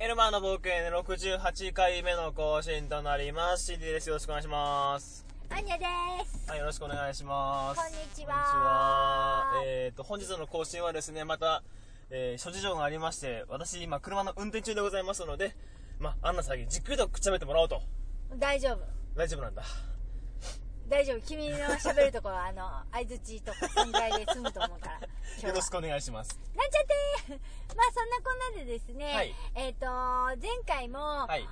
エルマーの冒険68回目の更新となります。CD です。よろしくお願いします。アンニャです。はい、よろしくお願いします。こんにちこはんにちはえっ、と、本日の更新はですね、また、えー諸事情がありまして、私今車の運転中でございますので、まあ、アンナさんにじっくりとくっちゃべてもらおうと。大丈夫。大丈夫なんだ。大丈夫。君の喋るとこは、あの、相づちとか旋回で済むと思うから。よ今日ろはしくお願いします。なんちゃって ーまあそんなこんなでですね、はいえっ、と、前回も、はい。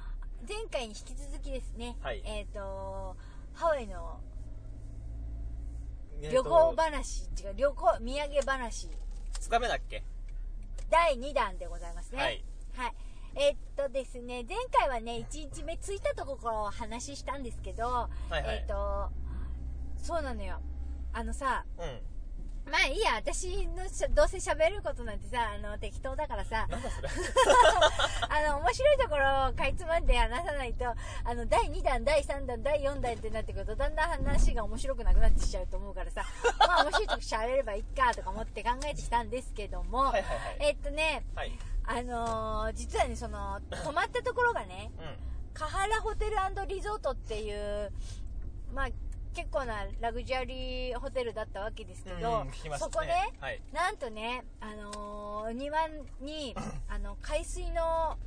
前回に引き続きですね、はいえっ、と、ハワイのえーと旅行話、違う、旅行、土産話、つかめだっけ第2弾でございますね。はい。はい。えっとですね、前回はね、1日目着いたところをお話ししたんですけど、いはいえっと、そうなのよ。あのさ、うん。まあいいや、私のしゃどうせ喋ることなんてさ、あの、適当だからさ、なんだそれ。 あの、面白いところをかいつまんで話さないと、あの、第2弾、第3弾、第4弾ってなってくると、だんだん話が面白くなくなってきちゃうと思うか らさ、まあ面白いとこ喋ればいいかとか思って考えてきたんですけども、はいはいはい。えっとね、はい。あのー実はね、その、泊まったところがね、うカハラホテルリゾートっていう、まあ、結構なラグジュアリーホテルだったわけですけん。ど、うん、聞きましたそね。こね、はい。なんとね、あのー庭に、 あの、海水の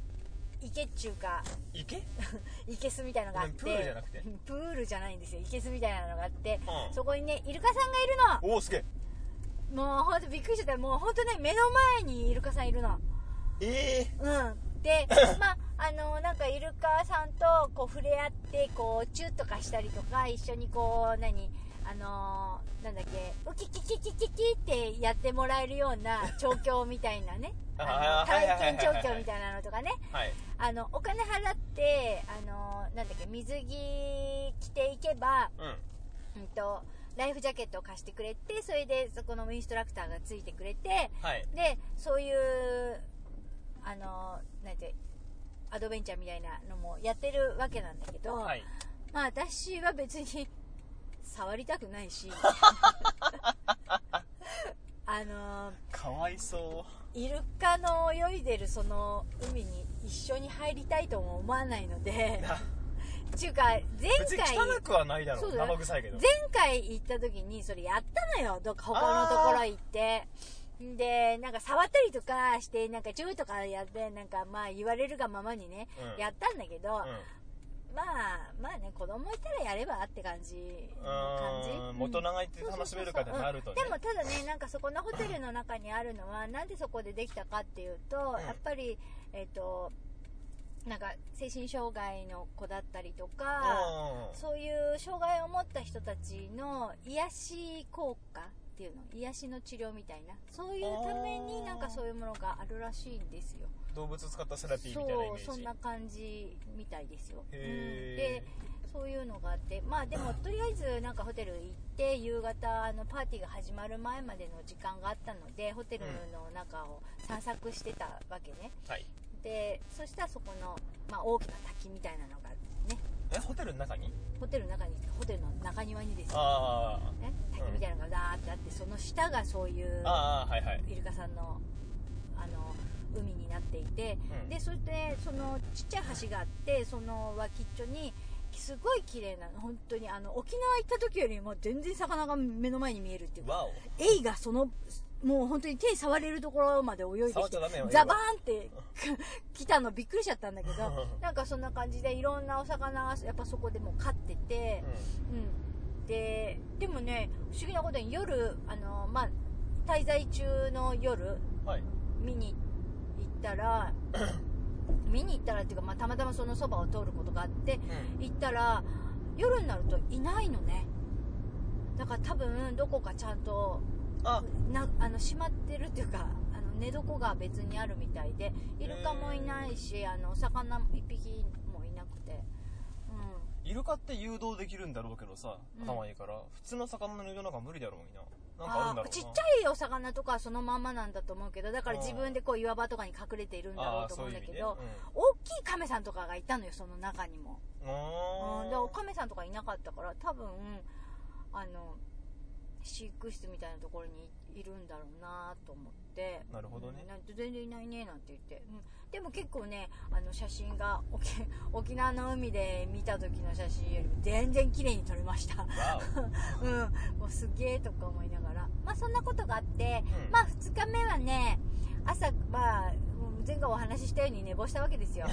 池っていうか、池うん。いけすみたいなのがあって、プールじゃなくてプールじゃないんですよ、いけすみたいなのがあって、そこにね、イルカさんがいるのおお、すげえ。もうほんとびっくりしちゃった。もうほんとね、目の前にイルカさんいるの。ええうん、で、まあ、あのなんかイルカさんとこう触れ合ってこうチューとかしたりとか一緒にこう何あのーなんだっけウキキキキキキってやってもらえるような 調教みたいなねああのーはいはいはいはい体験調教みたいなのとかねはい。あのお金払ってあのーなんだっけ水着着ていけば、うん。うん、とライフジャケットを貸してくれてそれでそこのインストラクターがついてくれて、はい。でそういうあのなんてアドベンチャーみたいなのもやってるわけなんだけど、はい。まあ私は別に触りたくな いしあのかわいそイルカの泳いでるその海に一緒に入りたいとも思わないのう。でなちゅうか前別に回汚くはないだろそうう。だよ生臭いけど前。回行った時にそれやったのよどっか他のところ行ってでなんか触ったりとかしてなんかチューとかやってなんかまあ言われるがままにね、うんやったんだけど、うまあまあね子供いたらやればって感じのん。うー感ん。じ元うん長いって楽しめるかってなるとねで。もただねなんかそこのホテルの中にあるのはなんでそこでできたかっていうと、んやっぱりえっ、となんか精神障害の子だったりとか、うそういう障害を持った人たちの癒し効果っていうの癒しの治療みたいなそういうためあーになんかそういうものがあるらしいんですん。よ動物使ったセラピーみたいなイメーそうジ。そんな感じみたいですよ、うんへでそういうのがあってまあでもとりあえずなんかホテル行って夕方あのパーティーが始まる前までの時間があったのでホテルの中を散策してたわけねはい。でそしたらそこの、まあ、大きな滝みたいなのがねえ、ホテルの中にホテルの中にホテルの中庭にですよあーね、滝みたいなのがザーってあって、その下がそういうあー。あーはいはい。イルカさんのあの海になっていて、うんでそしてそのちっちゃい橋があってその脇っちょにすごい綺麗なの本当にあの沖縄行った時よりも全然魚が目の前に見えるっていうかわお。エイがそのもう本当に手触れるところまで泳いで触っちきてゃダメよ。ザバーンって 来たのびっくりしちゃったんだけ どなんかそんな感じでいろんなお魚がやっぱそこでもう飼ってて。ううん、ででもね不思議なことに夜あの、まあ、滞在中の夜ん。はい。見に行ったら見に行ったらっていうか、まあ、たまたまそのそばを通ることがあってうん。行ったら夜になるといないのねだから多分どこかちゃんとあ、なあの閉まってるっていうかあの寝床が別にあるみたいでイルカもいないしあのお魚も1匹もいなくて、うん、イルカって誘導できるんだろうけどさ、うん頭いいから。普通の魚の誘導なんか無理だろうにな。なんかあるあんだろうーな。ちっちゃいお魚とかはそのまんまなんだと思うけどだから自分でこう岩場とかに隠れているんだろあうーとそ思ういうんうだ意味けねど、大きいカメさんとかがいたのよその中にも、うん。うあん、ーだからカメさんとかいなかったから多分あの飼育室みたいなところにいるんだろうなと思ってなるほどねうんなんて全然いないねなんて言って、うん、でも結構ねあの写真が沖沖縄の海で見た時の写真よりも全然綺麗に撮れましたわうん、もうすげえとか思いながら、まあ、そんなことがあって、うんまあ、2日目はね朝、まあ、うん前回お話ししたように寝坊したわけですよ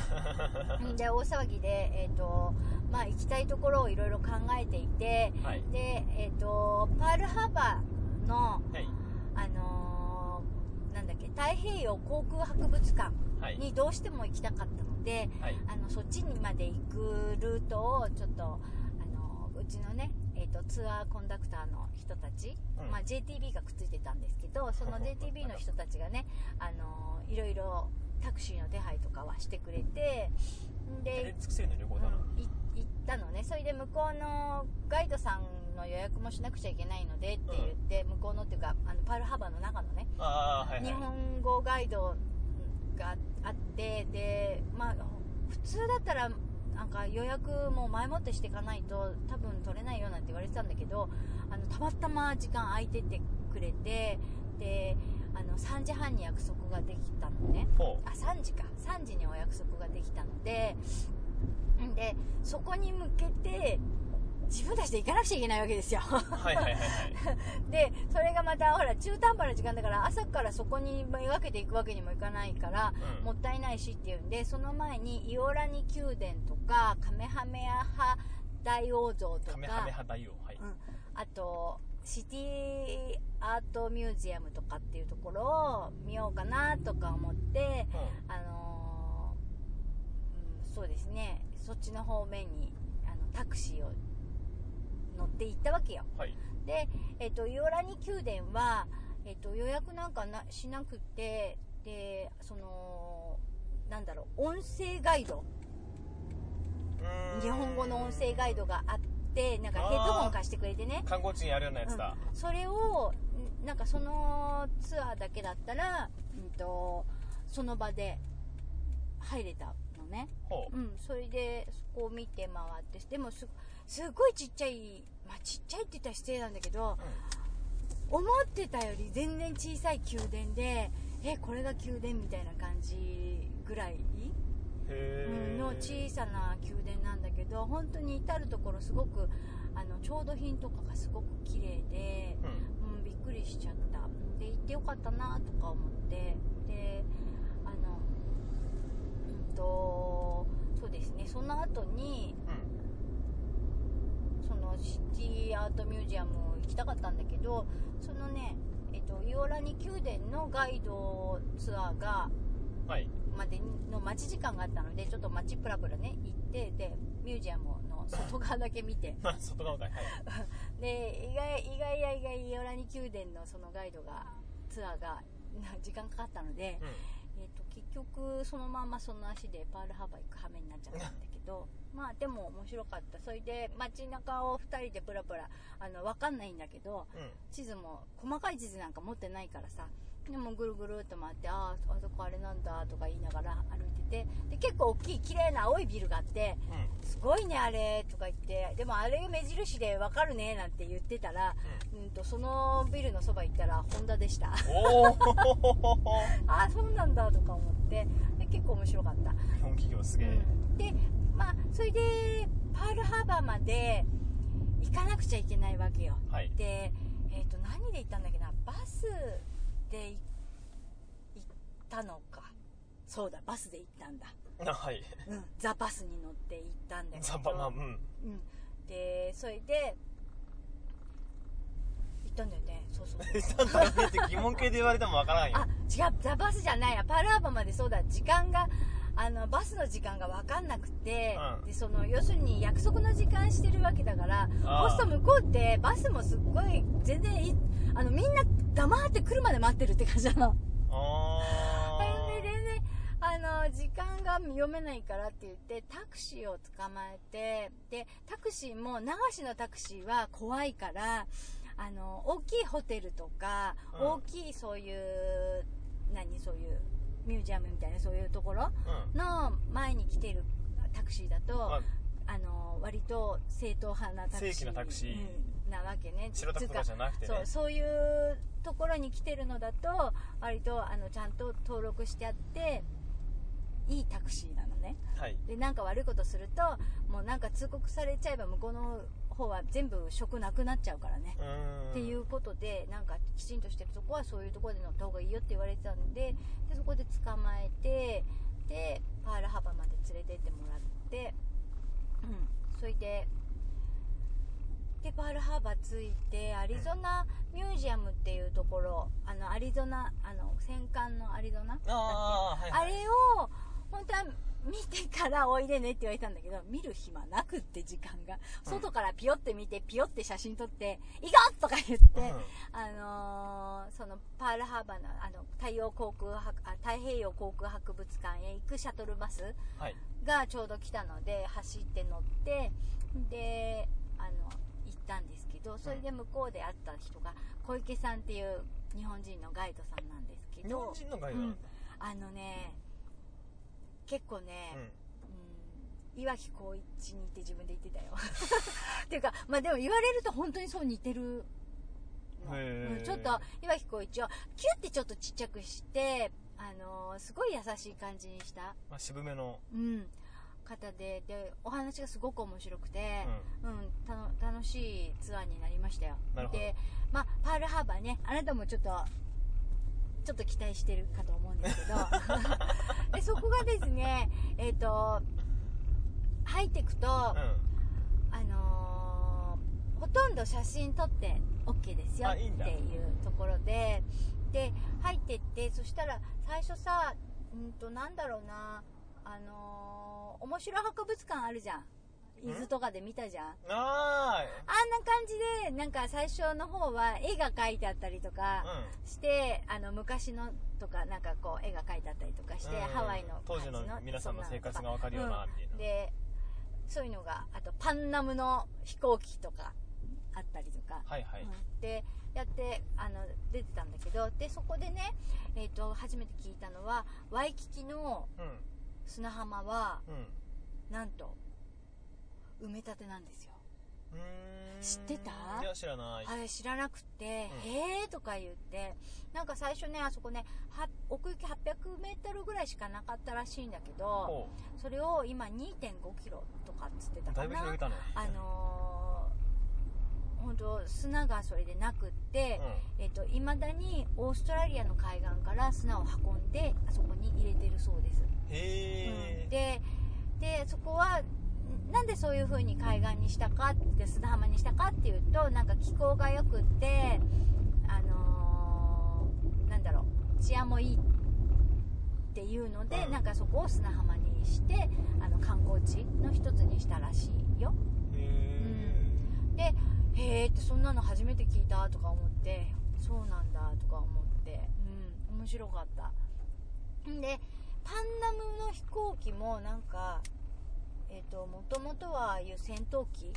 うんで大騒ぎで、えーとまあ、行きたいところをいろいろ考えていておはいで、えー、とパールハーバーの、はいあのーなんだっけ太平洋航空博物館はいにどうしても行きたかったので、はいあのそっちにまで行くルートをちょっとあのうちのね、えー、とツアーコンダクターの人たち、うんまあ、JTB がくっついてたんですけどその JTB の人たちがねあのいろいろタクシーの手配とかはしてくれてんやりで、尽くせるの旅行うん、だな、い行ったのねそれで向こうのガイドさんの予約もしなくちゃいけないのでって言って、向こうのっていうかあのパールハーバーの中のねああはいはい日本語ガイドがあってで、まあ、普通だったらなんか予約も前もってしていかないと多分取れないよなんて言われてたんだけどあのたまたま時間空いててくれてであの3時半に約束ができたのねほあ3時か3時にお約束ができたのでんでそこに向けて自分たちで行かなくちゃいけないわけですようはいはいはいはいでそれがまたほら中途半端な時間だから朝からそこにめがけていくわけにもいかないからうんもったいないしっていうんでその前にイオラニ宮殿とかカメハメアハ大王像とカメハメかハ大王はい、うんあとシティアートミュージアムとかっていうところを見ようかなとか思ってうあのーうん、そうですねそっちの方面にあのタクシーを乗って行ったわけよん、はいで、えっとイオラニ宮殿は、えっと予約なんかなしなくてでそのなんだろう音声ガイドうーん日本語の音声ガイドがあってなんかヘッドホン貸してくれてね観光地にあるようなやつだ、それをんなんかそのツアーだけだったら、うん、とその場で入れたのねほううん、それでそこを見て回ってでもすすごいちっちゃい、まあ、ちっちゃいって言ったら失礼なんだけど、思ってたより全然小さい宮殿でえこれが宮殿みたいな感じぐらい、へえ、うんの小さな宮殿なんだけど本当に至る所すごくあの調度品とかがすごく綺麗で、うんうん、びっくりしちゃったで行ってよかったなとか思ってであのうんとそうですねその後にうんそのシティアートミュージアム行きたかったんだけどそのねえっとイオラニ宮殿のガイドツアーがはい までの待ち時間があったのでちょっと街プラプラね行ってでミュージアムの外側だけ見てまあ外側かいはいで意外意外や意外イオラニ宮殿のそのガイドがツアーがな時間かかったので、えっと結局そのまんまその足でパールハーバー行く羽目になっちゃったんだけ どまあでも面白かったそれで街中を2人でプラプラあの分かんないんだけどうん、うん、地図も細かい地図なんか持ってないからさでもぐるぐるっと回ってあああそこあれなんだとか言いながら歩いててで結構大きい綺麗な青いビルがあってうんうんすごいねあれとか言ってでもあれが目印で分かるねなんて言ってたら、うん、とそのビルのそば行ったらホンダでした おおああそうなんだとか思ってで結構面白かった、日本企業すげえ、うん、でまあそれでパールハーバーまで行かなくちゃいけないわけよはいで、えー、と何で行ったんだっけなバスでい行ったのかそうだバスで行ったんだ、あはいうん、ザ・バスに乗って行ったんだけどザパまあうんうん、でそれで行ったんだよねそうそうそうただねって疑問系で言われてもわからんよあ違うザ・バスじゃないやパールハーバーまでそうだ時間があのバスの時間が分かんなくて、うんでその要するに約束の時間してるわけだからあーポスト向こうってバスもすっごい全然いあのみんな黙って来るまで待ってるって感じなのあ全然あの時間が読めないからって言ってタクシーを捕まえてでタクシーも流しのタクシーは怖いからあの大きいホテルとか、うん大きいそういう何そういうミュージアムみたいなそういうところーうんの前に来てるタクシーだと、まああの割と正統派なタクシー正規なタクシーうんなわけね白タクとかじゃなくてねそうそういうところに来てるのだと割とあのちゃんと登録してあっていいタクシーなのねはいでなんか悪いことするともうなんか通告されちゃえば向こうの方は全部職なくなっちゃうからねう、ーんっていうことでなんかきちんとしてるとこはそういうところで乗った方がいいよって言われてたんででそこで捕まえてでパールハバまで連れてってもらって、うん、それででパールハーバー着いてアリゾナミュージアムっていうところあのアリゾナあの戦艦のアリゾナああはい、あはい、れを本当は見てからおいでねって言われたんだけど見る暇なくって時間がうん外からピヨって見てピヨって写真撮って「行こう!」とか言って、うんあのーそのパールハーバーのあの太陽航空博あ太平洋航空博物館へ行くシャトルバスはいがちょうど来たので走って乗ってであの行ったんですけどそれで向こうで会った人が小池さんっていう日本人のガイドさんなんですけ日本ど人のガイドなんだあのね結構ね、うんうん岩城浩一に似て自分で言ってたよ っていうかまあでも言われると本当にそう似てるのへーうんちょっと岩城浩一をキュッてちょっとちっちゃくしてあのーすごい優しい感じにした、まあ、渋めの、うん、方ででお話がすごく面白くて、ううん、たの楽しいツアーになりましたよなるほどで、まあ、パールハーバーねあなたもちょっとちょっと期待してるかと思うんです けど でそこがですねえっ、と入っていくと、んうん、あのーほとんど写真撮って OK ですよっあていいいんだうところでで入ってってそしたら最初さうんとなんだろうなあのー面白博物館あるじゃん伊豆とかで見たじゃんああんな感じでなんか最初の方は絵が描いてあったりとあかうんして、あの昔のとかなんかこう絵が描いてあったりとかして、うんハワイの当時感のじ皆さんの生活がそなのわかるようなみたいとな、かでそういうのがあとパンナムの飛行機とかあったりとか、はいはい、うんでやってあの出てたんだけどでそこでね、えー、と初めて聞いたのはワイキキのうん砂浜はうんなんと埋め立てなんですようーん知ってたいや知らないあれ知らなくて、へえとか言って、なんか最初ね、あそこね、は奥行き800メートルぐらいしかなかったらしいんだけど、ほそれを今2.5キロとかっつってたうだかいぶ広げな。たねあのー、本当砂がそれでなくって、えっ、と、未だにオーストラリアの海岸から砂を運んで、あそこに入れてるそうです。うん、へえ、ででそこはなんでそういう風に海岸にしたかって砂浜にしたかっていうとなんか気候が良くってあのーなんだろう治安もいいっていうので、うんなんかそこを砂浜にしてあの観光地の一つにしたらしいよへえでへえってそんなの初めて聞いたとか思ってそうなんだとか思ってうん面白かったんでパンナムの飛行機もなんかえっ、ともともとはああいう戦闘機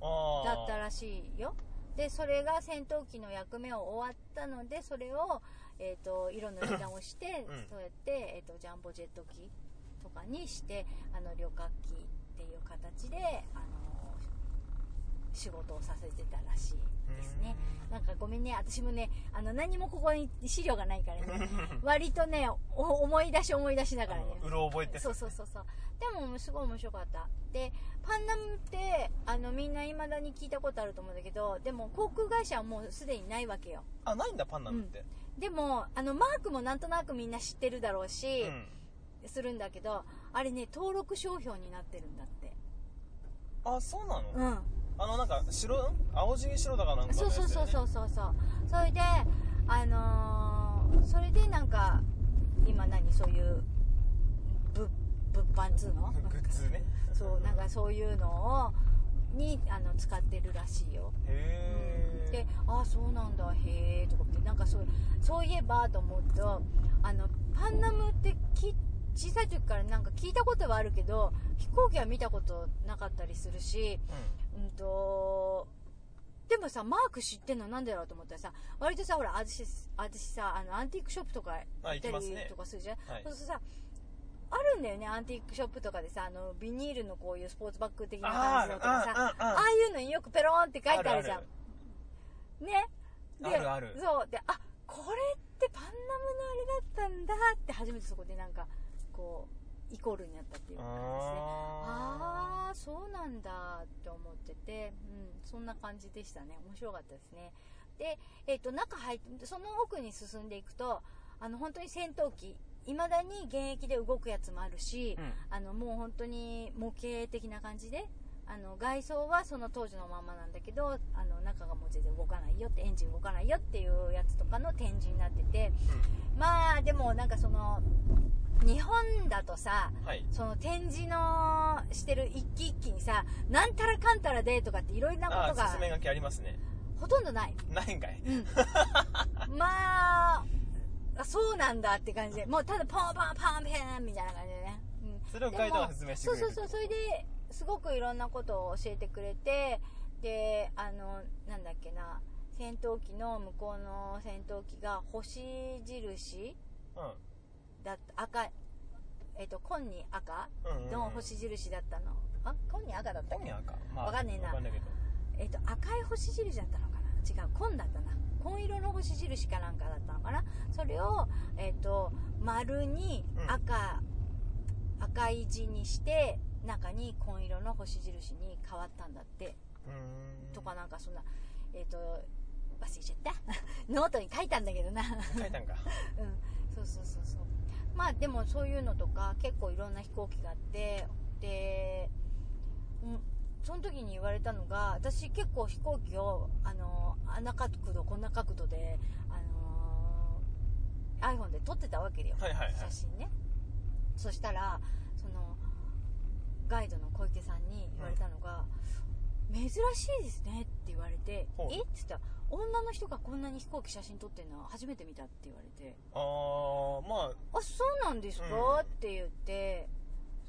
あだったら、らしいよでそれが戦闘機の役目を終わったのでそれを、えー、と色塗り直してうんそうやって、えー、とジャンボジェット機とかにしてあの旅客機っていう形であの仕事をさせてたらしいですねなんかごめんね私もねあの何もここに資料がないからね割とねお思い出し思い出しながらねうろ覚えってそうそうそうそうでもすごい面白かったでパンナムってあのみんないまだに聞いたことあると思うんだけどでも航空会社はもうすでにないわけよあないんだパンナムって、でもあのマークもなんとなくみんな知ってるだろううんし、するんだけどあれね登録商標になってるんだってあそうなの、うんあのなんか白ん青地に白だかなんかのそうやつだよそうねそうそうそうそうそれであのーそれでなんか今何そういうぶ物販っつうのグッズねそうなんかそういうのをにあの使ってるらしいよへえでああそうなんだへえとかってなんかそうそういえばと思うとあのパンナムってき小さい時からなんか聞いたことはあるけど飛行機は見たことなかったりするしうんとでもさマーク知ってんのなんでだろうと思ったらさ割とさほら私私さあのアンティークショップとかあ行っ行きますたりねとかするじゃん、はいそうするとさあるんだよねアンティークショップとかでさあのビニールのこういうスポーツバッグ的な感じのとかさあああああいうのによくペローンって書いてあるじゃんあるねであるあるそうであこれってパンナムのあれだったんだって初めてそこでなんかこうイコールになったっていう感じですねあああそうなんだって思ってて、うん、そんな感じでしたね面白かったですねで、えっと中入ってその奥に進んでいくとあの本当に戦闘機いまだに現役で動くやつもあるし、うんあのもう本当に模型的な感じであの外装はその当時のままなんだけどあの中がもう全然動かないよってエンジン動かないよっていうやつとかの展示になっててまあでもなんかその日本だとさうんはいその展示のしてる一機一機にさなんたらかんたらでとかっていろいろなこあとあが説明書きありますねほとんどない、ないんかいうん、まああそうなんだって感じでもうただパンパンパンペンみたいな感じでね、うん、それをガイドが説明してくれるそうそうそうそれですごくいろんなことを教えてくれてであのなんだっけな戦闘機の向こうの戦闘機が星印だった赤えっ、と紺に赤うんうんうんの星印だったのあ紺に赤だったっ本けやんかまあわかんねえなわかんないけどえっ、と赤い星印だったのかな違う紺だったな紺色の星印かなんかだったのかなそれをえっ、と丸に赤、赤い字にして中に紺色の星印に変わったんだってうーんとかなんかそんなえっ、と忘れちゃった ノートに書いたんだけどな書いたんか うん、そうそうそうそうまあでもそういうのとか結構いろんな飛行機があってで、うん、その時に言われたのが私結構飛行機をあのあんな角度こんな角度で、あの iPhone で撮ってたわけだよ、はいはいはい写真ねそしたらそのガイドの小池さんに言われたのが、珍しいですねって言われてほうえって言ったら女の人がこんなに飛行機写真撮ってるのは初めて見たって言われてあーまあそうなんですか、うんって言って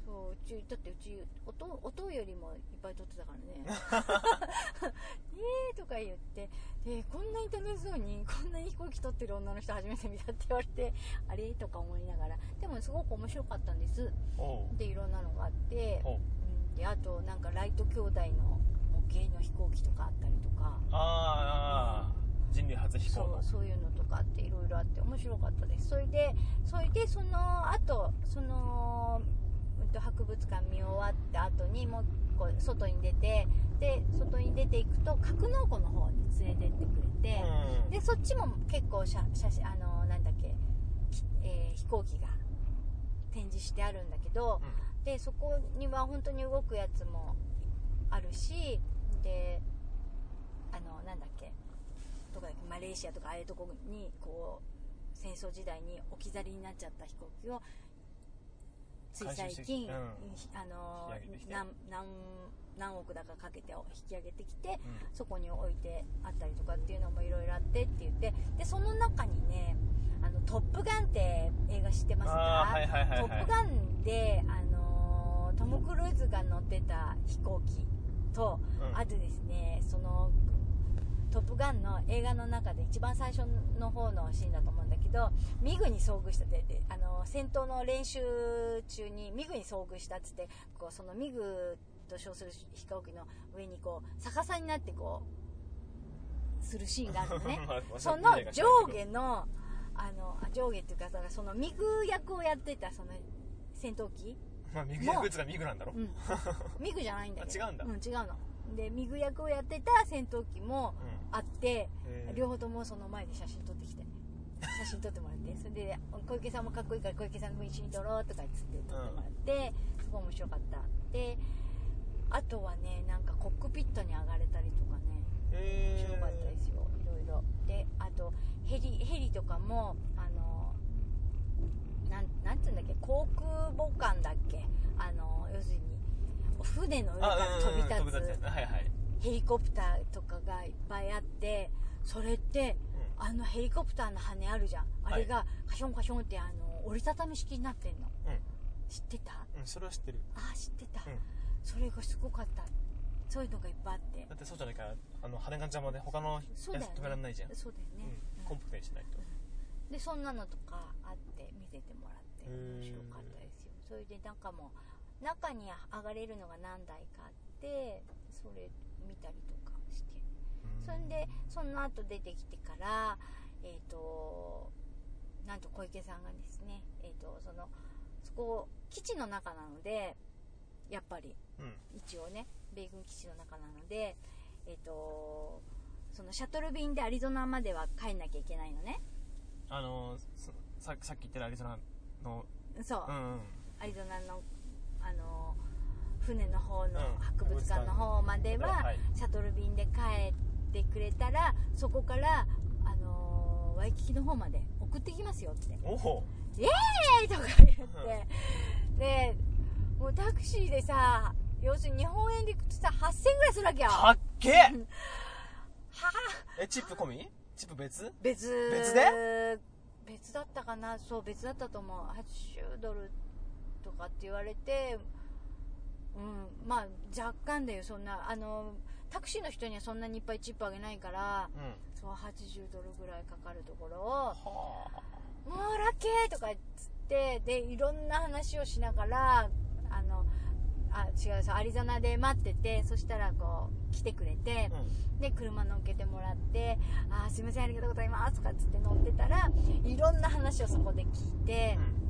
そううちだってうち音音よりもいっぱい撮ってたから ね えーとか言ってでこんなに楽しそうにこんなに飛行機撮ってる女の人初めて見たって言われてあれとか思いながらでもすごく面白かったんですあおうでいろんなのがあって、おううん、であとなんかライト兄弟の模型の飛行機とかあったりとかあーあー人類初飛行そのうそういうのとかあっていろいろあって面白かったですそれでそれでその後その、うん、と博物館見終わった後にもう一個外に出てで外に出ていくと格納庫の方に連れてってくれて、うんでそっちも結構写写真あのなんだっけ、きえー飛行機が展示してあるんだけど、うでそこには本当に動くやつもあるしであのなんだっけどこだっけマレーシアとかああいうとこにこう戦争時代に置き去りになっちゃった飛行機をつい最回収して近、うんあの引き上げてきて何何何億だかかけて引き上げてきてんそこに置いてあったりとかっていうのもいろいろあってって言ってでその中にね「あのトップガン」って映画知ってますあかーはいはいはいはいトップガンで、あのートム・クルーズが乗ってた飛行機と、うんあとですねその「トップガン」の映画の中で一番最初の方のシーンだと思うんだけどミグに遭遇したでであのー戦闘の練習中にミグに遭遇したっつってこうそのミグと称する飛行機の上にこう逆さになってこうするシーンがあるのねまあその上下の、あの、あ上下っていうか、だからそのミグ役をやってた、その、戦闘機まあミグヤグーツがミグなんだろ うん。ミグじゃないんだけど。あ違うんだうん、違うの。で、ミグ役をやってた戦闘機もうあって、へー両方ともその前で写真撮ってきて。写真撮ってもらって、それで、小池さんもかっこいいから小池さんも一緒に撮ろうとか言って撮ってもらって、すごい面白かった。で、あとはね、なんかコックピットに上がれたりとかね。面へ白かったですよいろいろであとヘリヘリとかもあのなんなんていうんだっけ航空母艦だっけあの要するに船の上かあら飛び立つ,、うんうんうん飛び立つはいはいヘリコプターとかがいっぱいあってそれってあのヘリコプターの羽あるじゃんあれがカションカションってあの折りたたみ式になってんのうん知ってたうんうんそれは知ってるあ知ってた、うんそれがすごかったそういうのがいっぱいあってだってそうじゃないからあの羽が邪魔で他のやつそうだよね止められないじゃんそうだよね、うんうんコンパクトにしないとでそんなのとかあって見せてもらってへー面白かったですよそれでなんかもう中に上がれるのが何台かあってそれ見たりとかしてそんでその後出てきてからえっ、となんと小池さんがですねえっ、とそのそこ基地の中なのでやっぱりうん一応ね米軍基地の中なのでえっ、とそのシャトル便でアリゾナまでは帰んなきゃいけないのねあのーそささっき言ってるアリゾナのそう、うんうんアリゾナのあの船の方のうん博物館の方までははいシャトル便で帰ってくれたらそこからあのワイキキの方まで送ってきますよっておお「イエーイ!」とか言ってでもうタクシーでさ要するに日本円でいくとさ8000円ぐらいするわけよかはっけえあえチップ込みチップ別別別で別だったかなそう別だったと思う80ドルとかって言われてうんまあ若干だよそんなあのタクシーの人にはそんなにいっぱいチップあげないからうんそう80ドルぐらいかかるところをはあ「もうラッキー!」とかっつってでいろんな話をしながらあのあ違うそうアリゾナで待っててそしたらこう来てくれて、うで車乗っけてもらって「あーすいませんありがとうございます」とかっつって乗ってたらいろんな話をそこで聞いてん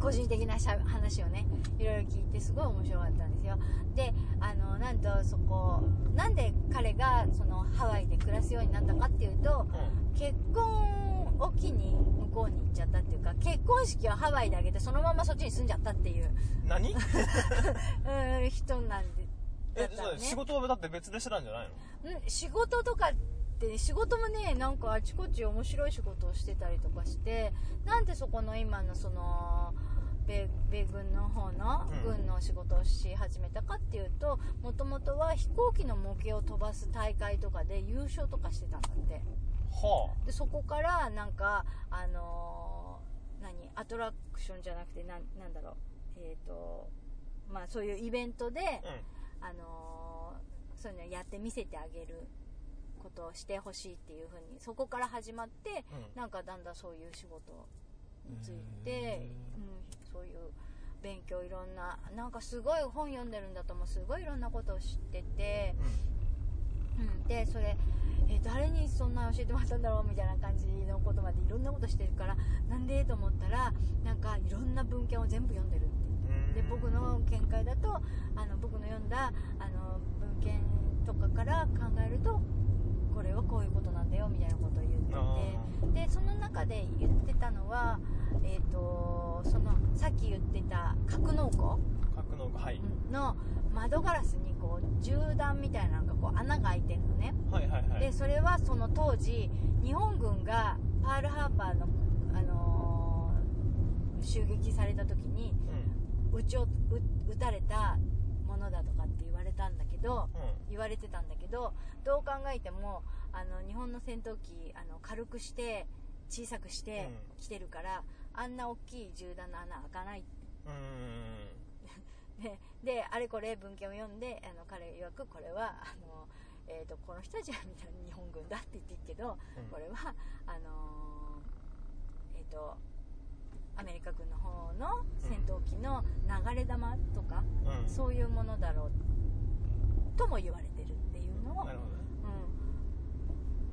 個人的なしゃ話をねいろいろ聞いてすごい面白かったんですよであのなんとそこなんで彼がそのハワイで暮らすようになったかっていうとうんうん結婚を機に向こうに行っちゃったっていうか結婚式はハワイであげてそのままそっちに住んじゃったっていう何うん人なんでだえっじゃたあね仕事はだって別でしてたんじゃないのん仕事とかってね仕事もねなんかあちこち面白い仕事をしてたりとかしてなんでそこの今のその米米軍の方のうん軍の仕事をし始めたかっていうともともとは飛行機の模型を飛ばす大会とかで優勝とかしてたんだってはでそこからなんかあのー何アトラクションじゃなくてなんなんだろうえっ、とまあそういうイベントで、あうんあのーそういうのやって見せてあげることをしてほしいっていうふうにそこから始まってうんなんかだんだんそういう仕事について、うん、そういう勉強いろんななんかすごい本読んでるんだともすごいいろんなことを知ってて、うん、でそれえ誰にそんな教えてもらったんだろうみたいな感じのことまでいろんなことしてるからなんでと思ったらなんかいろんな文献を全部読んでるって言ってうんで僕の見解だとあの僕の読んだあの文献とかから考えるとこれはこういうことなんだよみたいなことを言あっててでその中で言ってたのは、えー、とそのさっき言ってた格納庫ー格納庫はいの窓ガラスにこう銃弾みたいなのがこう穴が開いてるのねはいはいはいでそれはその当時日本軍がパールハーバーの、あのー襲撃された時にうん撃ちを撃撃たれたものだとかって言われたんだけどうん言われてたんだけどどう考えてもあの日本の戦闘機あの軽くして小さくしてうん来てるから、あんな大きい銃弾の穴開かない うんうんでであれこれ文献を読んであの彼曰くこれはあの、えー、とこの人たちはみたいな日本軍だって言ってるけどうんこれはあのーえっ、とアメリカ軍の方の戦闘機の流れ弾とか、うんそういうものだろうとも言われてるっていうのを、なるほどね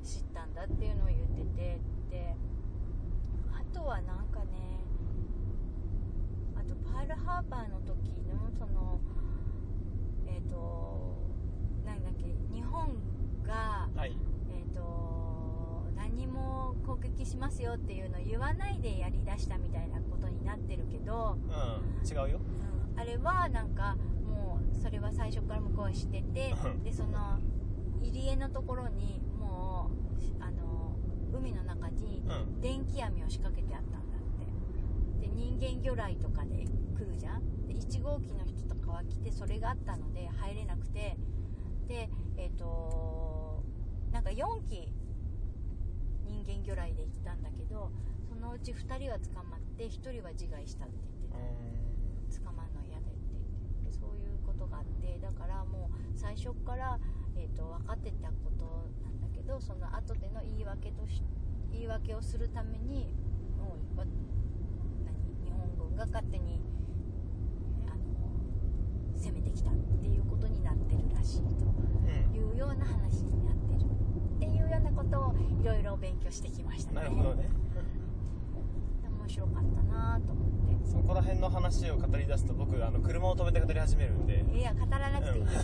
うん、知ったんだっていうのを言っててであとはなんかねあとパールハーバーの時のそのえっ、となんだっけ日本がはいえー、と何も攻撃しますよっていうのを言わないでやりだしたみたいなことになってるけど、うん違うよあれはなんかもうそれは最初から向こうは知っててうんでその入り江のところにもうしあの海の中にうん電気網を仕掛けてあったんだってで人間魚雷とかで来るじゃんで1号機の人とかは来てそれがあったので入れなくてでえっ、となんか4機人間魚雷で行ったんだけどそのうち2人は捕まって1人は自害したって言ってた捕まんの嫌でって言ってでそういうことがあってだからもう最初から、えー、と分かってたことなんだけどその後での言い訳とし言い訳をするためにもうわ何日本軍が勝手にきたっていうことになってるらしいとうんいうような話になってるっていうようなことをいろいろ勉強してきましたねなるほどね面白かったなと思っそこら辺の話を語り出すと僕あの車を止めて語り始めるんでていや語らなくていいです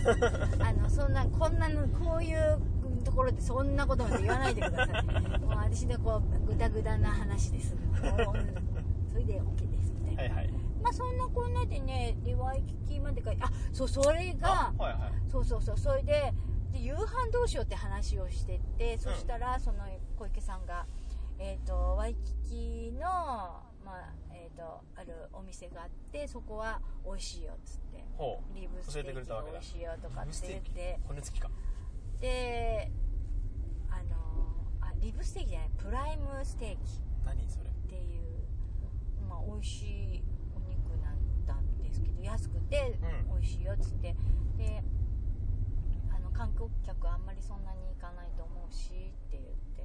あのそんなこんなのこういうところでそんなことまで言わないでくださいもう私のこうグダグダな話ですもううんそれで OK ですみたいなはいはいまあそんなこんなでねリワイキキまでかあそうそれあがはいはいそうそうそうそれでで夕飯どうしようって話をしててそしたらその小池さんが、えー、とワイキキの、まあえー、とあるお店があってそこは美味しいよっつってほうリブス教テーキえてくれたわがけだ美味しいよとかリブっスてテー言っキて骨付きかであのあリブステーキじゃないプライムステーキ何それっていう、まあ、美味しいお肉なんだんですけど安くてうん美味しいよっつって、であの観光客あんまりそんなに行かないと思うしって言って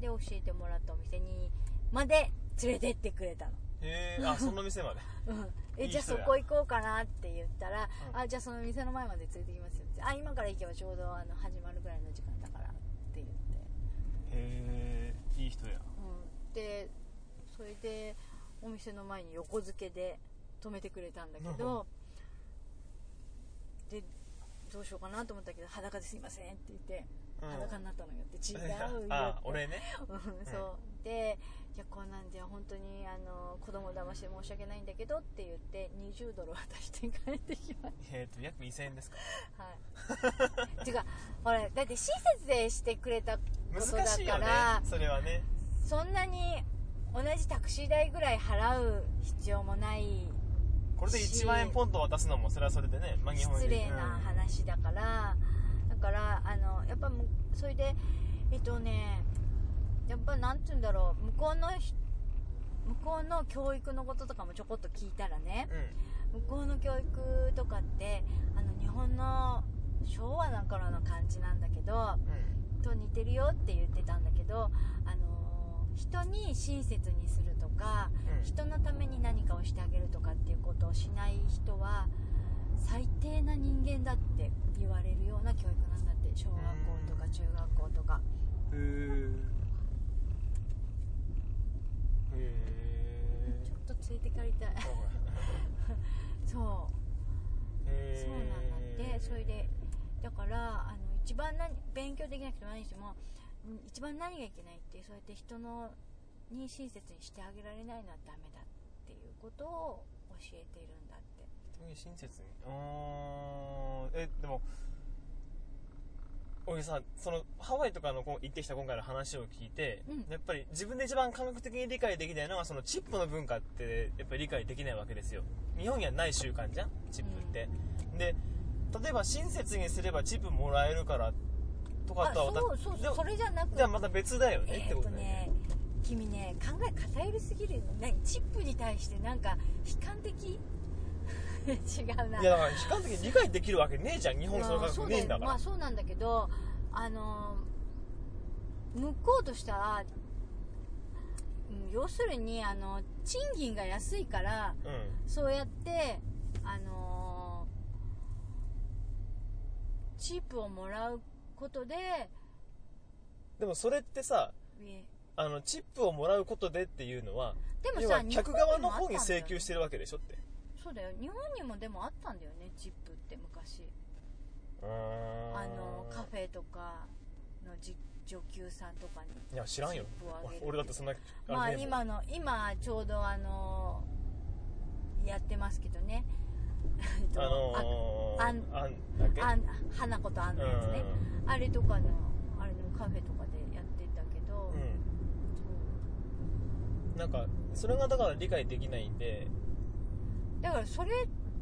で教えてもらったお店にまで連れてってくれたの。へえあその店までうんいえいじゃあ人そやこ行こうかなって言ったら、うんあじゃあその店の前まで連れてきますよってあ今から行けばちょうどあの始まるぐらいの時間だからって言って へえいい人やうん、でそれでお店の前に横付けで止めてくれたんだけどでどうしようかなと思ったけど裸ですいませんって言って、裸になったのよって違うよ あって俺ねうんそうでいやこうなんで本当にあの子供騙して申し訳ないんだけどって言って20ドル渡して帰ってきましえっと約2000円ですかた、はい、ていうかほらだって親切でしてくれたことだ難しいかよねら、それはねそんなに同じタクシー代ぐらい払う必要もないこれで1万円ポンと渡すのもそれはそれでね、まあ、日本円失で礼な話だから、だからあのやっぱむそれでえっとねやっぱなんて言うんだろう向こうのひ向こうの教育のこととかもちょこっと聞いたらねうん、う向こうの教育とかってあの日本の昭和の頃の感じなんだけどんうん、と似てるよって言ってたんだけどあの人に親切にするとかうん人のために何かをしてあげるとかっていうことをしない人は最低な人間だって言われるような教育なんだって小学校とか中学校とかへえへちょっと連れてかれたい そうえそうなんだってそれでだからあの一番何勉強できなくても何してもうん一番何がいけないってそうやって人のに親切にしてあげられないのはダメだっていうことを教えているんだって人に親切にうーんえでも小木さんそのハワイとかのこう行ってきた今回の話を聞いて、うんやっぱり自分で一番感覚的に理解できないのはそのチップの文化ってやっぱり理解できないわけですよ日本にはない習慣じゃんチップって、で例えば親切にすればチップもらえるからとかあとはそうそうでもそれじゃなくじゃあまた別だよね、ってえーっこととねね君ね考え偏りすぎるよねチップに対してなんか悲観的 違うないやだから悲観的に理解できるわけねえじゃん日本そのまあ感そう覚ねだえよんだから、まあそうなんだけどあのー向こうとしたらうん要するにあの賃金が安いからそうやってあのーチップをもらうことでうんでもそれってさえあのチップをもらうことでっていうのはでも要さは客側の方に請求しててるわけでしょってそうだよ日本にもでもあったんだよねチップって昔ああのカフェとかのじ女給さんとかにいや知らんよチップをあげる俺だってそんなまあれねえもん今の今ちょうどあのやってますけどね えっとあのー、ああんあんだっけああん花子とあんのやつねあれとかのあれのカフェとかでやってたけどうん、うんなんかそれがだから理解できないんでだからそれ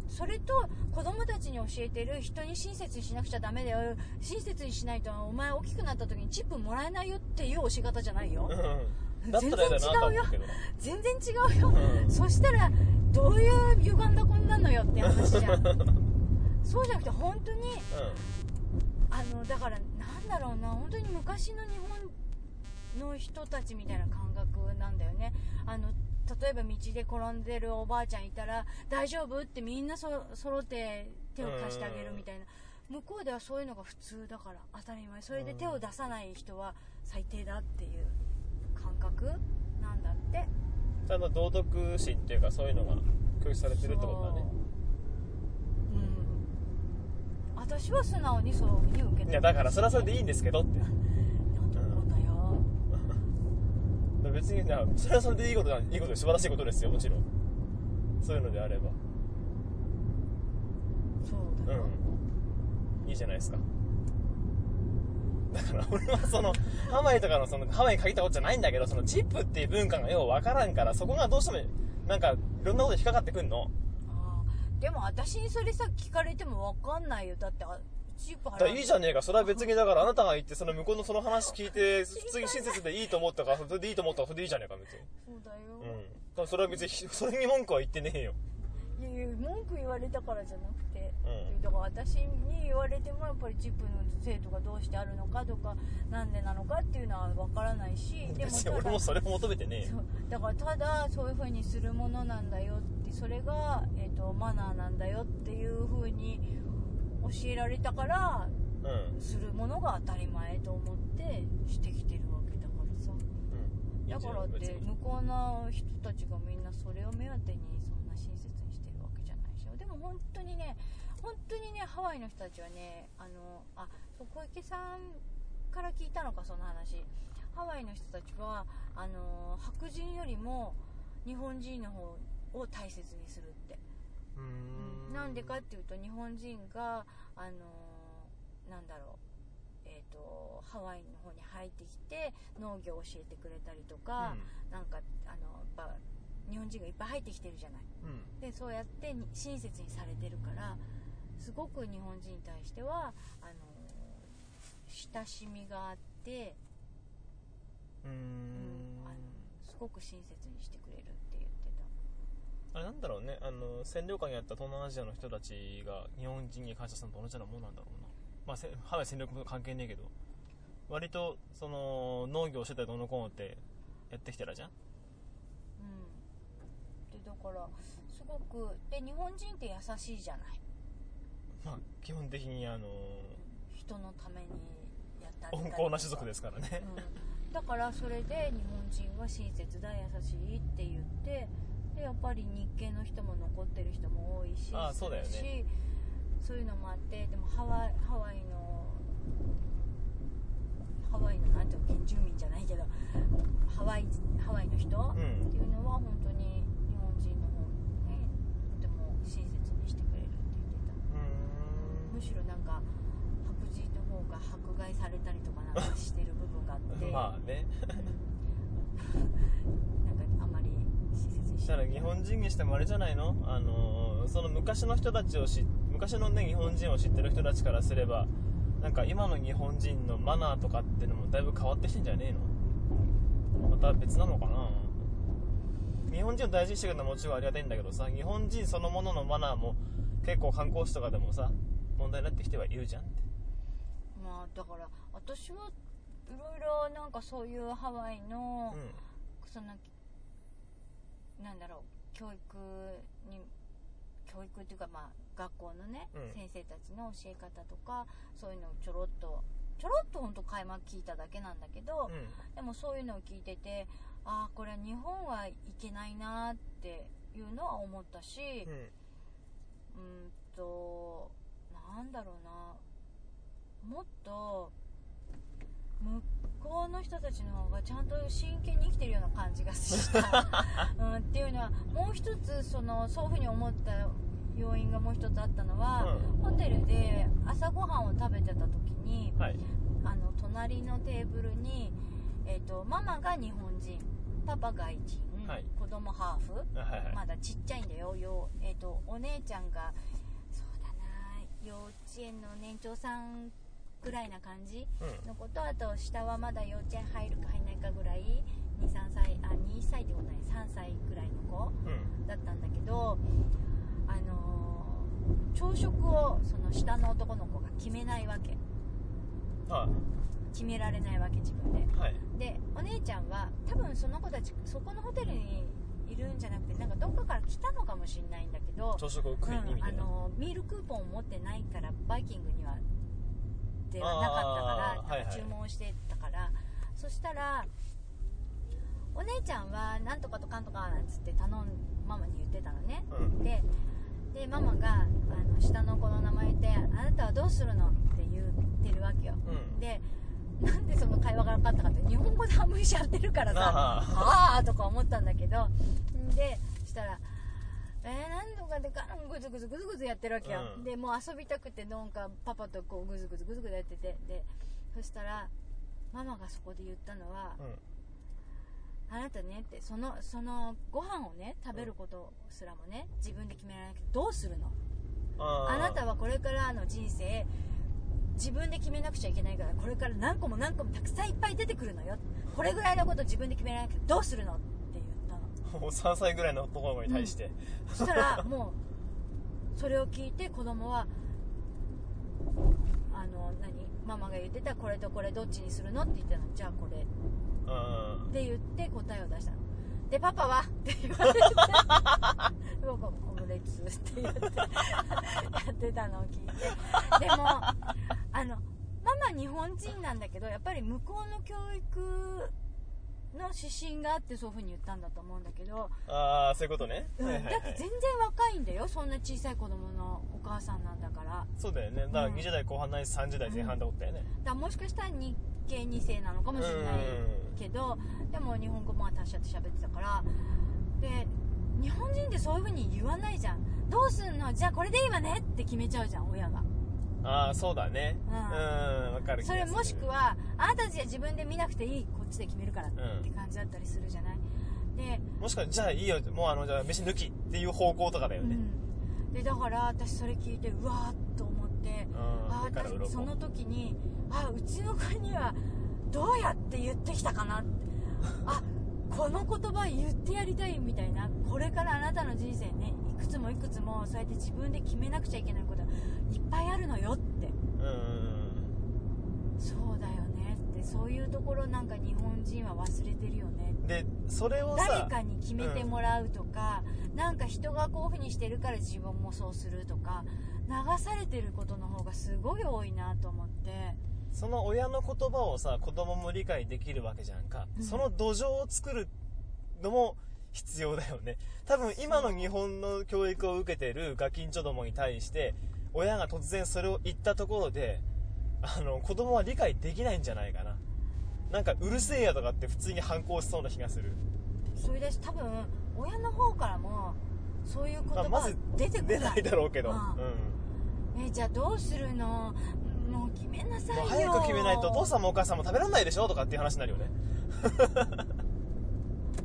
それと子供たちに教えてる人に親切にしなくちゃダメだよ親切にしないとお前大きくなった時にチップもらえないよっていう教え方じゃないようんだったら嫌だなとは思うけど全然違うようんそしたらどういう歪んだ子になるのよって話じゃ んそうじゃなくて本当にあのだからなんだろうな本当に昔の日本の人たちみたいな感覚なんだよねあの例えば道で転んでるおばあちゃんいたら大丈夫ってみんなそ揃って手を貸してあげるみたいな向こうではそういうのが普通だから当たり前それで手を出さない人は最低だっていう感覚なんだってちゃんと道徳心っていうかそういうのが教育されてるってことだねうん私は素直にそういうふうに受け止めいやだからそれはそれでいいんですけどってなんだろうだよ別になそれはそれでいいことだいいことで素晴らしいことですよもちろんそういうのであればそうだよ、うんいいじゃないですかだから俺はそのハワイとかのそのハワイに限ったことじゃないんだけどそのチップっていう文化がようわからんからそこがどうしてもなんかいろんなことに引っかかってくんのあーでも私にそれさ聞かれても分かんないよだってあチップだ払かうらいいじゃねえかそれは別にだからあなたが言ってその向こうのその話聞いて次親切でいいと思ったからそれでいいと思ったからそれでいいじゃねえか別にそうだよ、うんだからそれは別にそれに文句は言ってねえよいやいや文句言われたからじゃなくて、うんだから私に言われてもやっぱりチップの制度がどうしてあるのかとかなんでなのかっていうのは分からないし でも別たにだ俺もそれを求めてねえそようだからただそういう風にするものなんだよってそれが、えー、とマナーなんだよっていう風に教えられたからうん、するものが当たり前と思ってしてきてるわけだからさうん、いいだじゃかならいって別に向こうの人たちがみんなそれを目当てにそんな親切にしてるわけじゃないでしょでも本当にね本当にねハワイの人たちはねあのあそう小池さんから聞いたのかその話ハワイの人たちはあの白人よりも日本人の方を大切にするってうーなんでかっていうと日本人があのーなんだろうえっ、とハワイの方に入ってきて農業を教えてくれたりとか、なんかあのやっぱ日本人がいっぱい入ってきてるじゃないうんうんでそうやってに親切にされてるからすごく日本人に対してはあのー親しみがあってうーんあのすごく親切にしてくれるって言ってたあれなんだろうねあの占領下にあった東南アジアの人たちが日本人に感謝するのと同じようなもんなんだろうな、まあ、せハワイ占領下関係ねえけど割とその農業してたりどうのこうのってやってきてたじゃんうんでだからすごくで日本人って優しいじゃないまあ基本的にあの人のためにやったりとか温厚な種族ですからねうんだからそれで日本人は親切だ優しいって言ってでやっぱり日系の人も残ってる人も多いしああそうだよねするしそういうのもあってでもハワイハワイのハワイのなんていうの原住民じゃないけどハワイハワイの人、うってんいうのは本当に日本人の方ねとても親切にしてくれるって言ってたむしろなんか白人の方が迫害されたりとかなんかしてる部分があっうーてん まあねうんなんかあんまり親切にしだかならい日本人にしてもあれじゃないのあのーその昔の人たちを知昔のね日本人を知ってる人たちからすればなんか今の日本人のマナーとかってのもだいぶ変わってきてんじゃねえのまた別なのかな日本人を大事にしてくれるのはもちろんありがたいんだけどさ日本人そのもののマナーも結構観光地とかでもさ問題になってきてはいるじゃんってまあだから私はいろいろなんかそういうハワイの、うそのなんだろう教育に教育っていうかまあ学校のね、うん先生たちの教え方とかそういうのをちょろっとちょろっとほんと垣間聞いただけなんだけど、んでもそういうのを聞いててああこれは日本はいけないなーっていうのは思ったし、うんうんうーんとなんだろうなもっと向こうの人たちの方がちゃんと真剣に生きてるような感じがした うんっていうのはもう一つそのそういうふうに思った要因がもう一つあったのは、ホテルで朝ごはんを食べてた時にはいあの隣のテーブルに、えっとママが日本人パパ外人、はい子供ハーフ、あはいはいまだちっちゃいんだよ、ようえっとお姉ちゃんがそうだな幼稚園の年長さんぐらいな感じうんのことあと下はまだ幼稚園入るか入んないかぐらい23歳あ2歳ってことない3歳ぐらいの子うんだったんだけど、あのー朝食をその下の男の子が決めないわけは決められないわけ自分でいはいでお姉ちゃんは多分その子たちそこのホテルにいるんじゃなくてなんかどっかから来たのかもしれないんだけど、朝食を食いにみうん、たあいな、のミールクーポンを持ってないからバイキングにはではなかったかあーらはいはい注文してたからそしたらお姉ちゃんはなんとかとかんとかなんつって頼んママに言ってたのねうんででママがあの下の子の名前で「あなたはどうするの?」って言ってるわけようんでなんでその会話が分かったかって日本語で半分しちゃってるからさあああとか思ったんだけどんでしたらえー、何度かでかんぐずぐずぐずぐずやってるわけよ、うんでもう遊びたくてなんかパパとこうぐずぐずぐずぐずやっててでそしたらママがそこで言ったのはあ、あなたねってそのそのご飯をね食べることすらもね自分で決められなくてどうするのうん、あーあなたはこれからの人生自分で決めなくちゃいけないからこれから何個も何個もたくさんいっぱい出てくるのよこれぐらいのこと自分で決められなくてどうするのって言ったのもう3歳ぐらいの男の子に対して、そしたらもうそれを聞いて子供はあの何ママが言ってたこれとこれどっちにするのって言ったのじゃあこれっうんうんて言って答えを出したのでパパはって言われて僕はオムレツって言ってやってたのを聞いてでもあのママ日本人なんだけどやっぱり向こうの教育の指針があってそういうふうに言ったんだと思うんだけど、ああそういうことね、うんはだいっはいはいて全然若いんだよそんな小さい子供のお母さんなんだからだかそうだよねだからうん20代後半ないし30代前半ってことだよね、らもしかしたら日系2世なのかもしれないけどでも日本語も達者って喋ってたからで日本人ってそういう風に言わないじゃんどうすんのじゃあこれでいいわねって決めちゃうじゃん親がああそうだねううんんわかる気そがすれるもしくはあなたたちは自分で見なくていいこっちで決めるからっうんて感じだったりするじゃないでもしくはじゃあいいよもうあのじゃあ飯抜きっていう方向とかだよねうん、でだから私それ聞いてうわーっと思ってうんあ目から私鱗その時にあうちの子にはどうやって言ってきたかなってあこの言葉言ってやりたいみたいなこれからあなたの人生ねいくつもいくつもそうやって自分で決めなくちゃいけないこといっぱいあるのよってうんうんうんそうだよねってそういうところなんか日本人は忘れてるよねでそれを誰さかに決めてもらうとか、なんか人がこういうふうにしてるから自分もそうするとか流されてることの方がすごい多いなと思ってその親の言葉をさ子供も理解できるわけじゃんか、うんその土壌を作るのも必要だよね多分今の日本の教育を受けてるガキンチョどもに対して親が突然それを言ったところであの子供は理解できないんじゃないかななんかうるせえやとかって普通に反抗しそうな気がするそれだし多分親の方からもそういう言葉まあまはず出てこな出い,、ないだろうけど、ううんんえじゃあどうするのもう決めなさいもよう早く決めないとお父さんもお母さんも食べられないでしょとかっていう話になるよね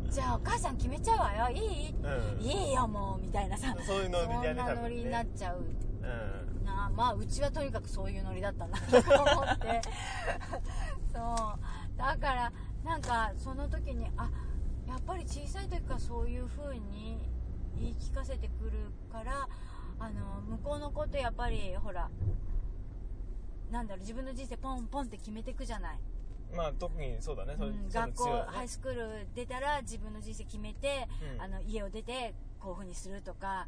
じゃあお母さん決めちゃうわよいい、うんいいよもうみたいなさそういうノそリだよんねな多ノ分リになっねちゃううんなあまあうちはとにかくそういうノリだったんだなと思って そうだからなんかその時にあやっぱり小さい時からそういう風に言い聞かせてくるからあの向こうの子ってやっぱりほらなんだろう自分の人生ポンポンって決めていくじゃない、まあ特にそうだね、それうんそれ学校強いよねハイスクール出たら自分の人生決めて、うんあの家を出てこういう風にするとか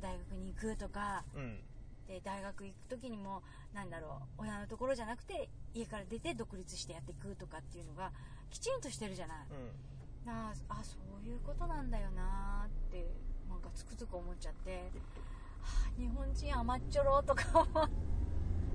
大学に行くとかうんで大学行く時にもなんだろう親のところじゃなくて家から出て独立してやっていくとかっていうのがきちんとしてるじゃない、うなああそういうことなんだよなってなんかつくづく思っちゃって、はあ、日本人甘っちょろとか 思ってん、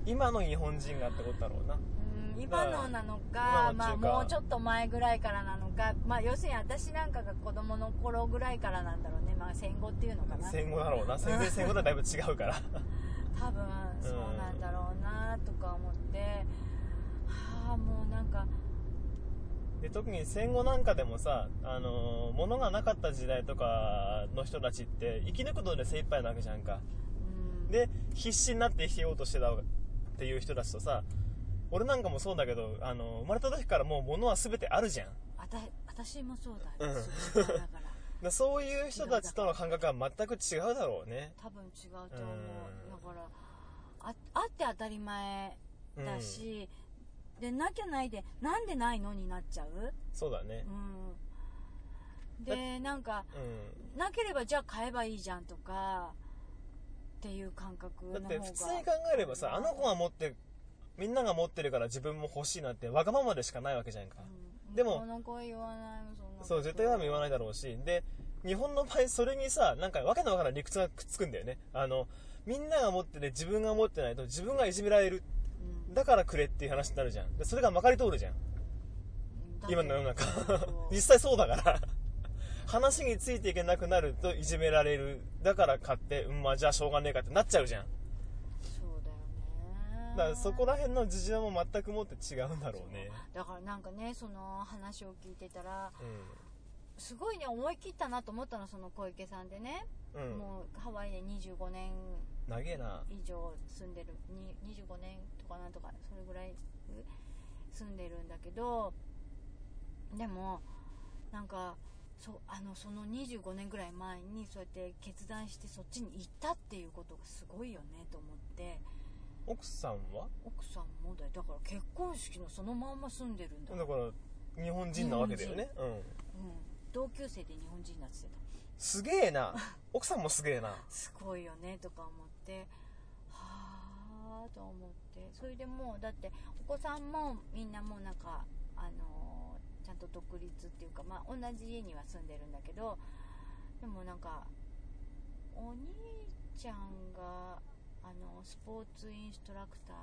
今の日本人がってことだろうなうん今のなのかまあ、ま今あ、の中華もうちょっと前ぐらいからなのか、まあ、要するに私なんかが子供の頃ぐらいからなんだろうね、まあ、戦後っていうのかな戦後だろ うな戦前戦後とはだいぶ違うから多分そうなんだろうなとか思って、はあもうなんかで特に戦後なんかでもさ、あのー物がなかった時代とかの人たちって生き抜くので精一杯なわけじゃんかうんで必死になって生きようとしてたっていう人たちとさ俺なんかもそうだけど、あのー生まれた時からもう物は全てあるじゃんあた私もそうだ、ねうんそう だからでそういう人たちとの感覚は全く違うだろうね多分違うと思ううんだからああって当たり前うんだし、でなきゃないでなんでないのになっちゃうそうだねうんでなんかうなければじゃあ買えばいいじゃんとかっていう感覚ん、のだ方っがて普通に考えればさあの子が持ってみんなが持ってるから自分も欲しいなってわがままでしかないわけじゃんか、うんでもこの子言わないもんそんなことそう絶対は言わないだろうしで日本の場合それにさなんかわけのわからない理屈がくっつくんだよねあのみんなが持ってて自分が持ってないと自分がいじめられるうんだからくれっていう話になるじゃんでそれがまかり通るじゃんだけど今の世の中そう 実際そうだから話についていけなくなるといじめられるだから買って、うん、まあじゃあしょうがねえかってなっちゃうじゃんそうだよねだからそこら辺の事情も全くもって違うんだろうねだからなんかねその話を聞いてたらうすごいね思い切ったなと思ったのその小池さんでね、んうんもうハワイで25年長えな以上住んでるに25年とかなんとかそれぐらい住んでるんだけどでもなんかそうあのその25年ぐらい前にそうやって決断してそっちに行ったっていうことがすごいよねと思って奥さんは奥さんもだよだから結婚式のそのまんま住んでるんだだよ、かうん、ら日本人なわけだよねうん同級生で日本人になってたすげえな奥さんもすげえなすごいよねとか思ってはあと思ってそれでもうだってお子さんもみんなもうなんかあのーちゃんと独立っていうかまあ同じ家には住んでるんだけどでもなんかお兄ちゃんがあのスポーツインストラクター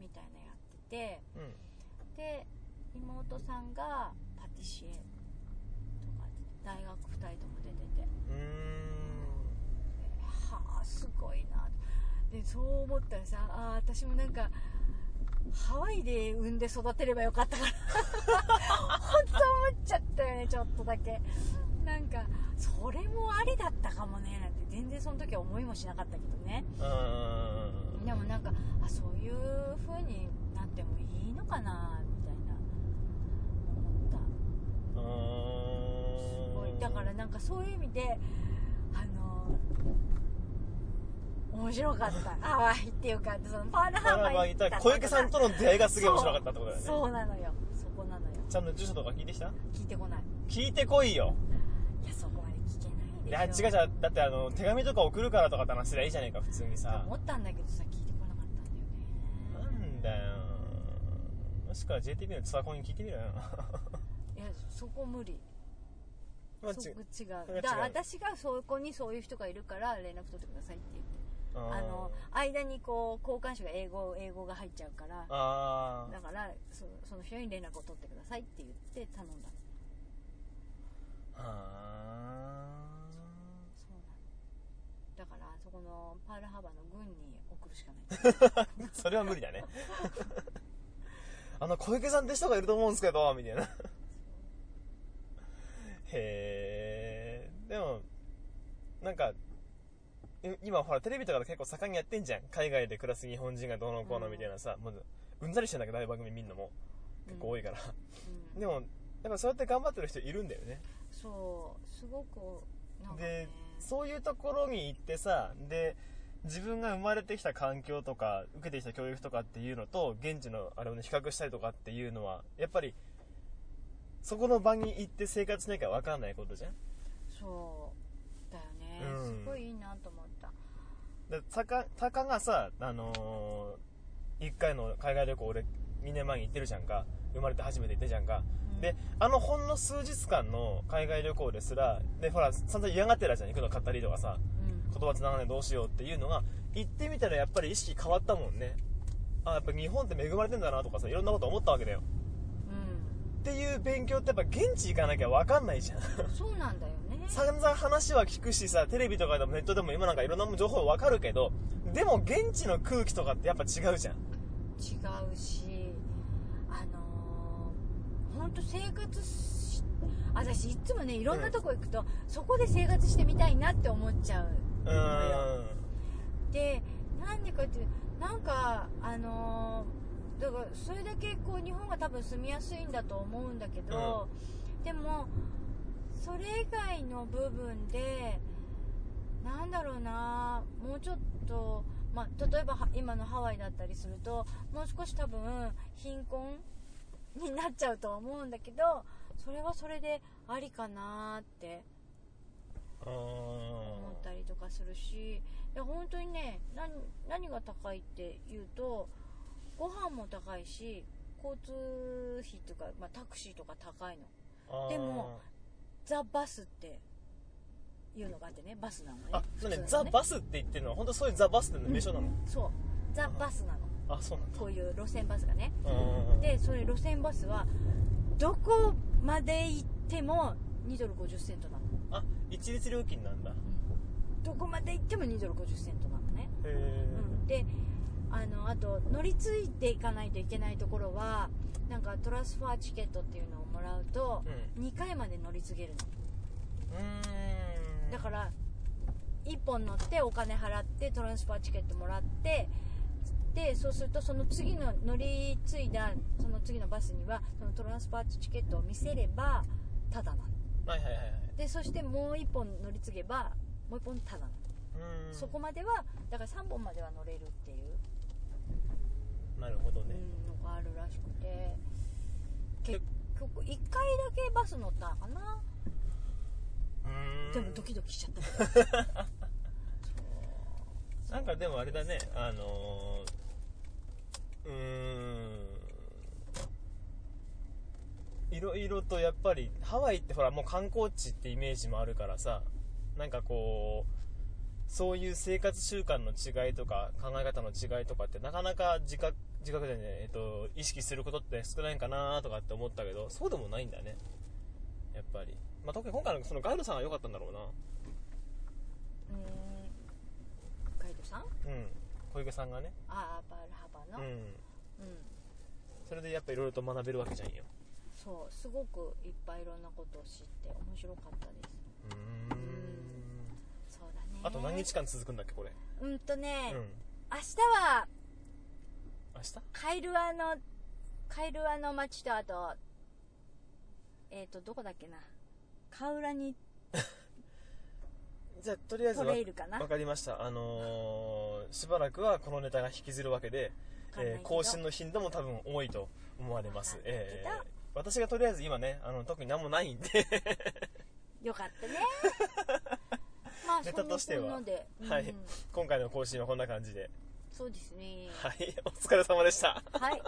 みたいなやっててうんで妹さんがパティシエとか大学2人とも出ててうーんはあすごいなでそう思ったらさあー私もなんかハワイで産んで育てればよかったから本当思っちゃったよねちょっとだけなんかそれもありだったかもねなんて全然その時は思いもしなかったけどねうーんでもなんかあそういう風になってもいいのかなみたいな思ったうーんだからなんかそういう意味であの面白かったハワイっていうかそのパールだハかワらイいた小池さんとの出会いがすげえ面白かったってことだよねそうそうなのよそこなのよちゃんと住所とか聞いてきた聞いてこない聞いてこいよいやそこまで聞けないでしょいや違う違うだってあの手紙とか送るからとかって話すりゃいいじゃねえか普通にさ思ったんだけどさ聞いてこなかったんだよなねんだよもしくは JTB のツアコンに聞いてみろよ いやそこ無理まあそちこ違うそれは違うだから私がそこにそういう人がいるから連絡取ってくださいって言ってあの間にこう交換手が英語英語が入っちゃうからあーだからそその人に連絡を取ってくださいって言って頼んだあそうなのだからそこのパールハバの軍に送るしかない ーそれは無理だねあの小池さんって人がいると思うんですけどみたいなへえでもなんかい今ほらテレビとかで結構盛んにやってんじゃん海外で暮らす日本人がどうのこうのみたいなさ、まずうんざりしてんだけどああいう番組見んのも結構多いから、うんでもやっぱそうやって頑張ってる人いるんだよねそうすごくなんか、で、ねそういうところに行ってさで自分が生まれてきた環境とか受けてきた教育とかっていうのと現地のあれをね比較したりとかっていうのはやっぱりそこの場に行って生活しなきゃ分かんないことじゃんそうだよね、うんすごいいいなと思ったでたかたかがさ、あのー、1回の海外旅行俺2年前に行ってるじゃんか生まれて初めて行ってじゃんか、うんであのほんの数日間の海外旅行ですらでほら散々嫌がってたじゃん行くの買ったりとかさうん言葉つながないどうしようっていうのが行ってみたらやっぱり意識変わったもんねあやっぱ日本って恵まれてんだなとかさいろんなこと思ったわけだよっていう勉強ってやっぱ現地行かなきゃ分かんないじゃん うん、そうなんだよね散々話は聞くしさテレビとかでもネットでも今なんかいろんな情報分かるけどでも現地の空気とかってやっぱ違うじゃん違うしあのー、ほんと生活し私いつもねいろんなとこ行くと、そこで生活してみたいなって思っちゃううのよーんでなんでかっていうなんかあのーだからそれだけこう日本が多分住みやすいんだと思うんだけど、でもそれ以外の部分でなんだろうなもうちょっと、まあ、例えばは今のハワイだったりするともう少し多分貧困になっちゃうと思うんだけどそれはそれでありかなーってうん思ったりとかするし、いや本当にね何何が高いっていうとご飯も高いし交通費とか、まあ、タクシーとか高いのでもザ・バスっていうのがあってねバスなのねあそうね普通ザ・のバスって言ってるのは本当そういうザ・バスって名称なの、そうザ・バスなのあそうなんだこういう路線バスがねうんでそれ路線バスはどこまで行っても2ドル50セントなの、あ一律料金なんだへどこまで行っても2ドル50セントなのね、えうん、であのあと乗り継いでいかないといけないところはなんかトランスファーチケットっていうのをもらうとうん2回まで乗り継げるのうんだから1本乗ってお金払ってトランスファーチケットもらってでそうするとその次の乗り継いだその次のバスにはそのトランスファーチケットを見せればタダなのはいはいはいはいでそしてもう1本乗り継げばもう1本タダなの、うんそこまではだから3本までは乗れるっていうなるほどね、うんのがあるらしくてけ結局1回だけバス乗ったのかなうんでもドキドキしちゃったけどそうなんかでもあれだねあのー、うーんいろいろとやっぱりハワイってほらもう観光地ってイメージもあるからさなんかこうそういう生活習慣の違いとか考え方の違いとかってなかなか自覚自覚でね、えっと、意識することって少ないんかなとかって思ったけどそうでもないんだねやっぱり、まあ、特に今回のそのガイドさんが良かったんだろうなうーんガイドさんうん小池さんがねああバルハバうの、うんんそれでやっぱいろいろと学べるわけじゃんよそうすごくいっぱいいろんなことを知って面白かったでうーんすそうだねあと何日間続くんだっけこれ、うんとね、うん明日は明日カイルアのカイルアの町とあとえっ、とどこだっけなカウラニじゃあとりあえずトわレイルかなわかりましたあのー、しばらくはこのネタが引きずるわけで、えー更新のの頻度も多分多いと思われますわかんないえけどー私がとりあえず今ねあの特に何もないんで よかったねまあネタとしてはそんなこんなで、うんはい今回の更新はこんな感じでそうですねはいお疲れ様でしたはい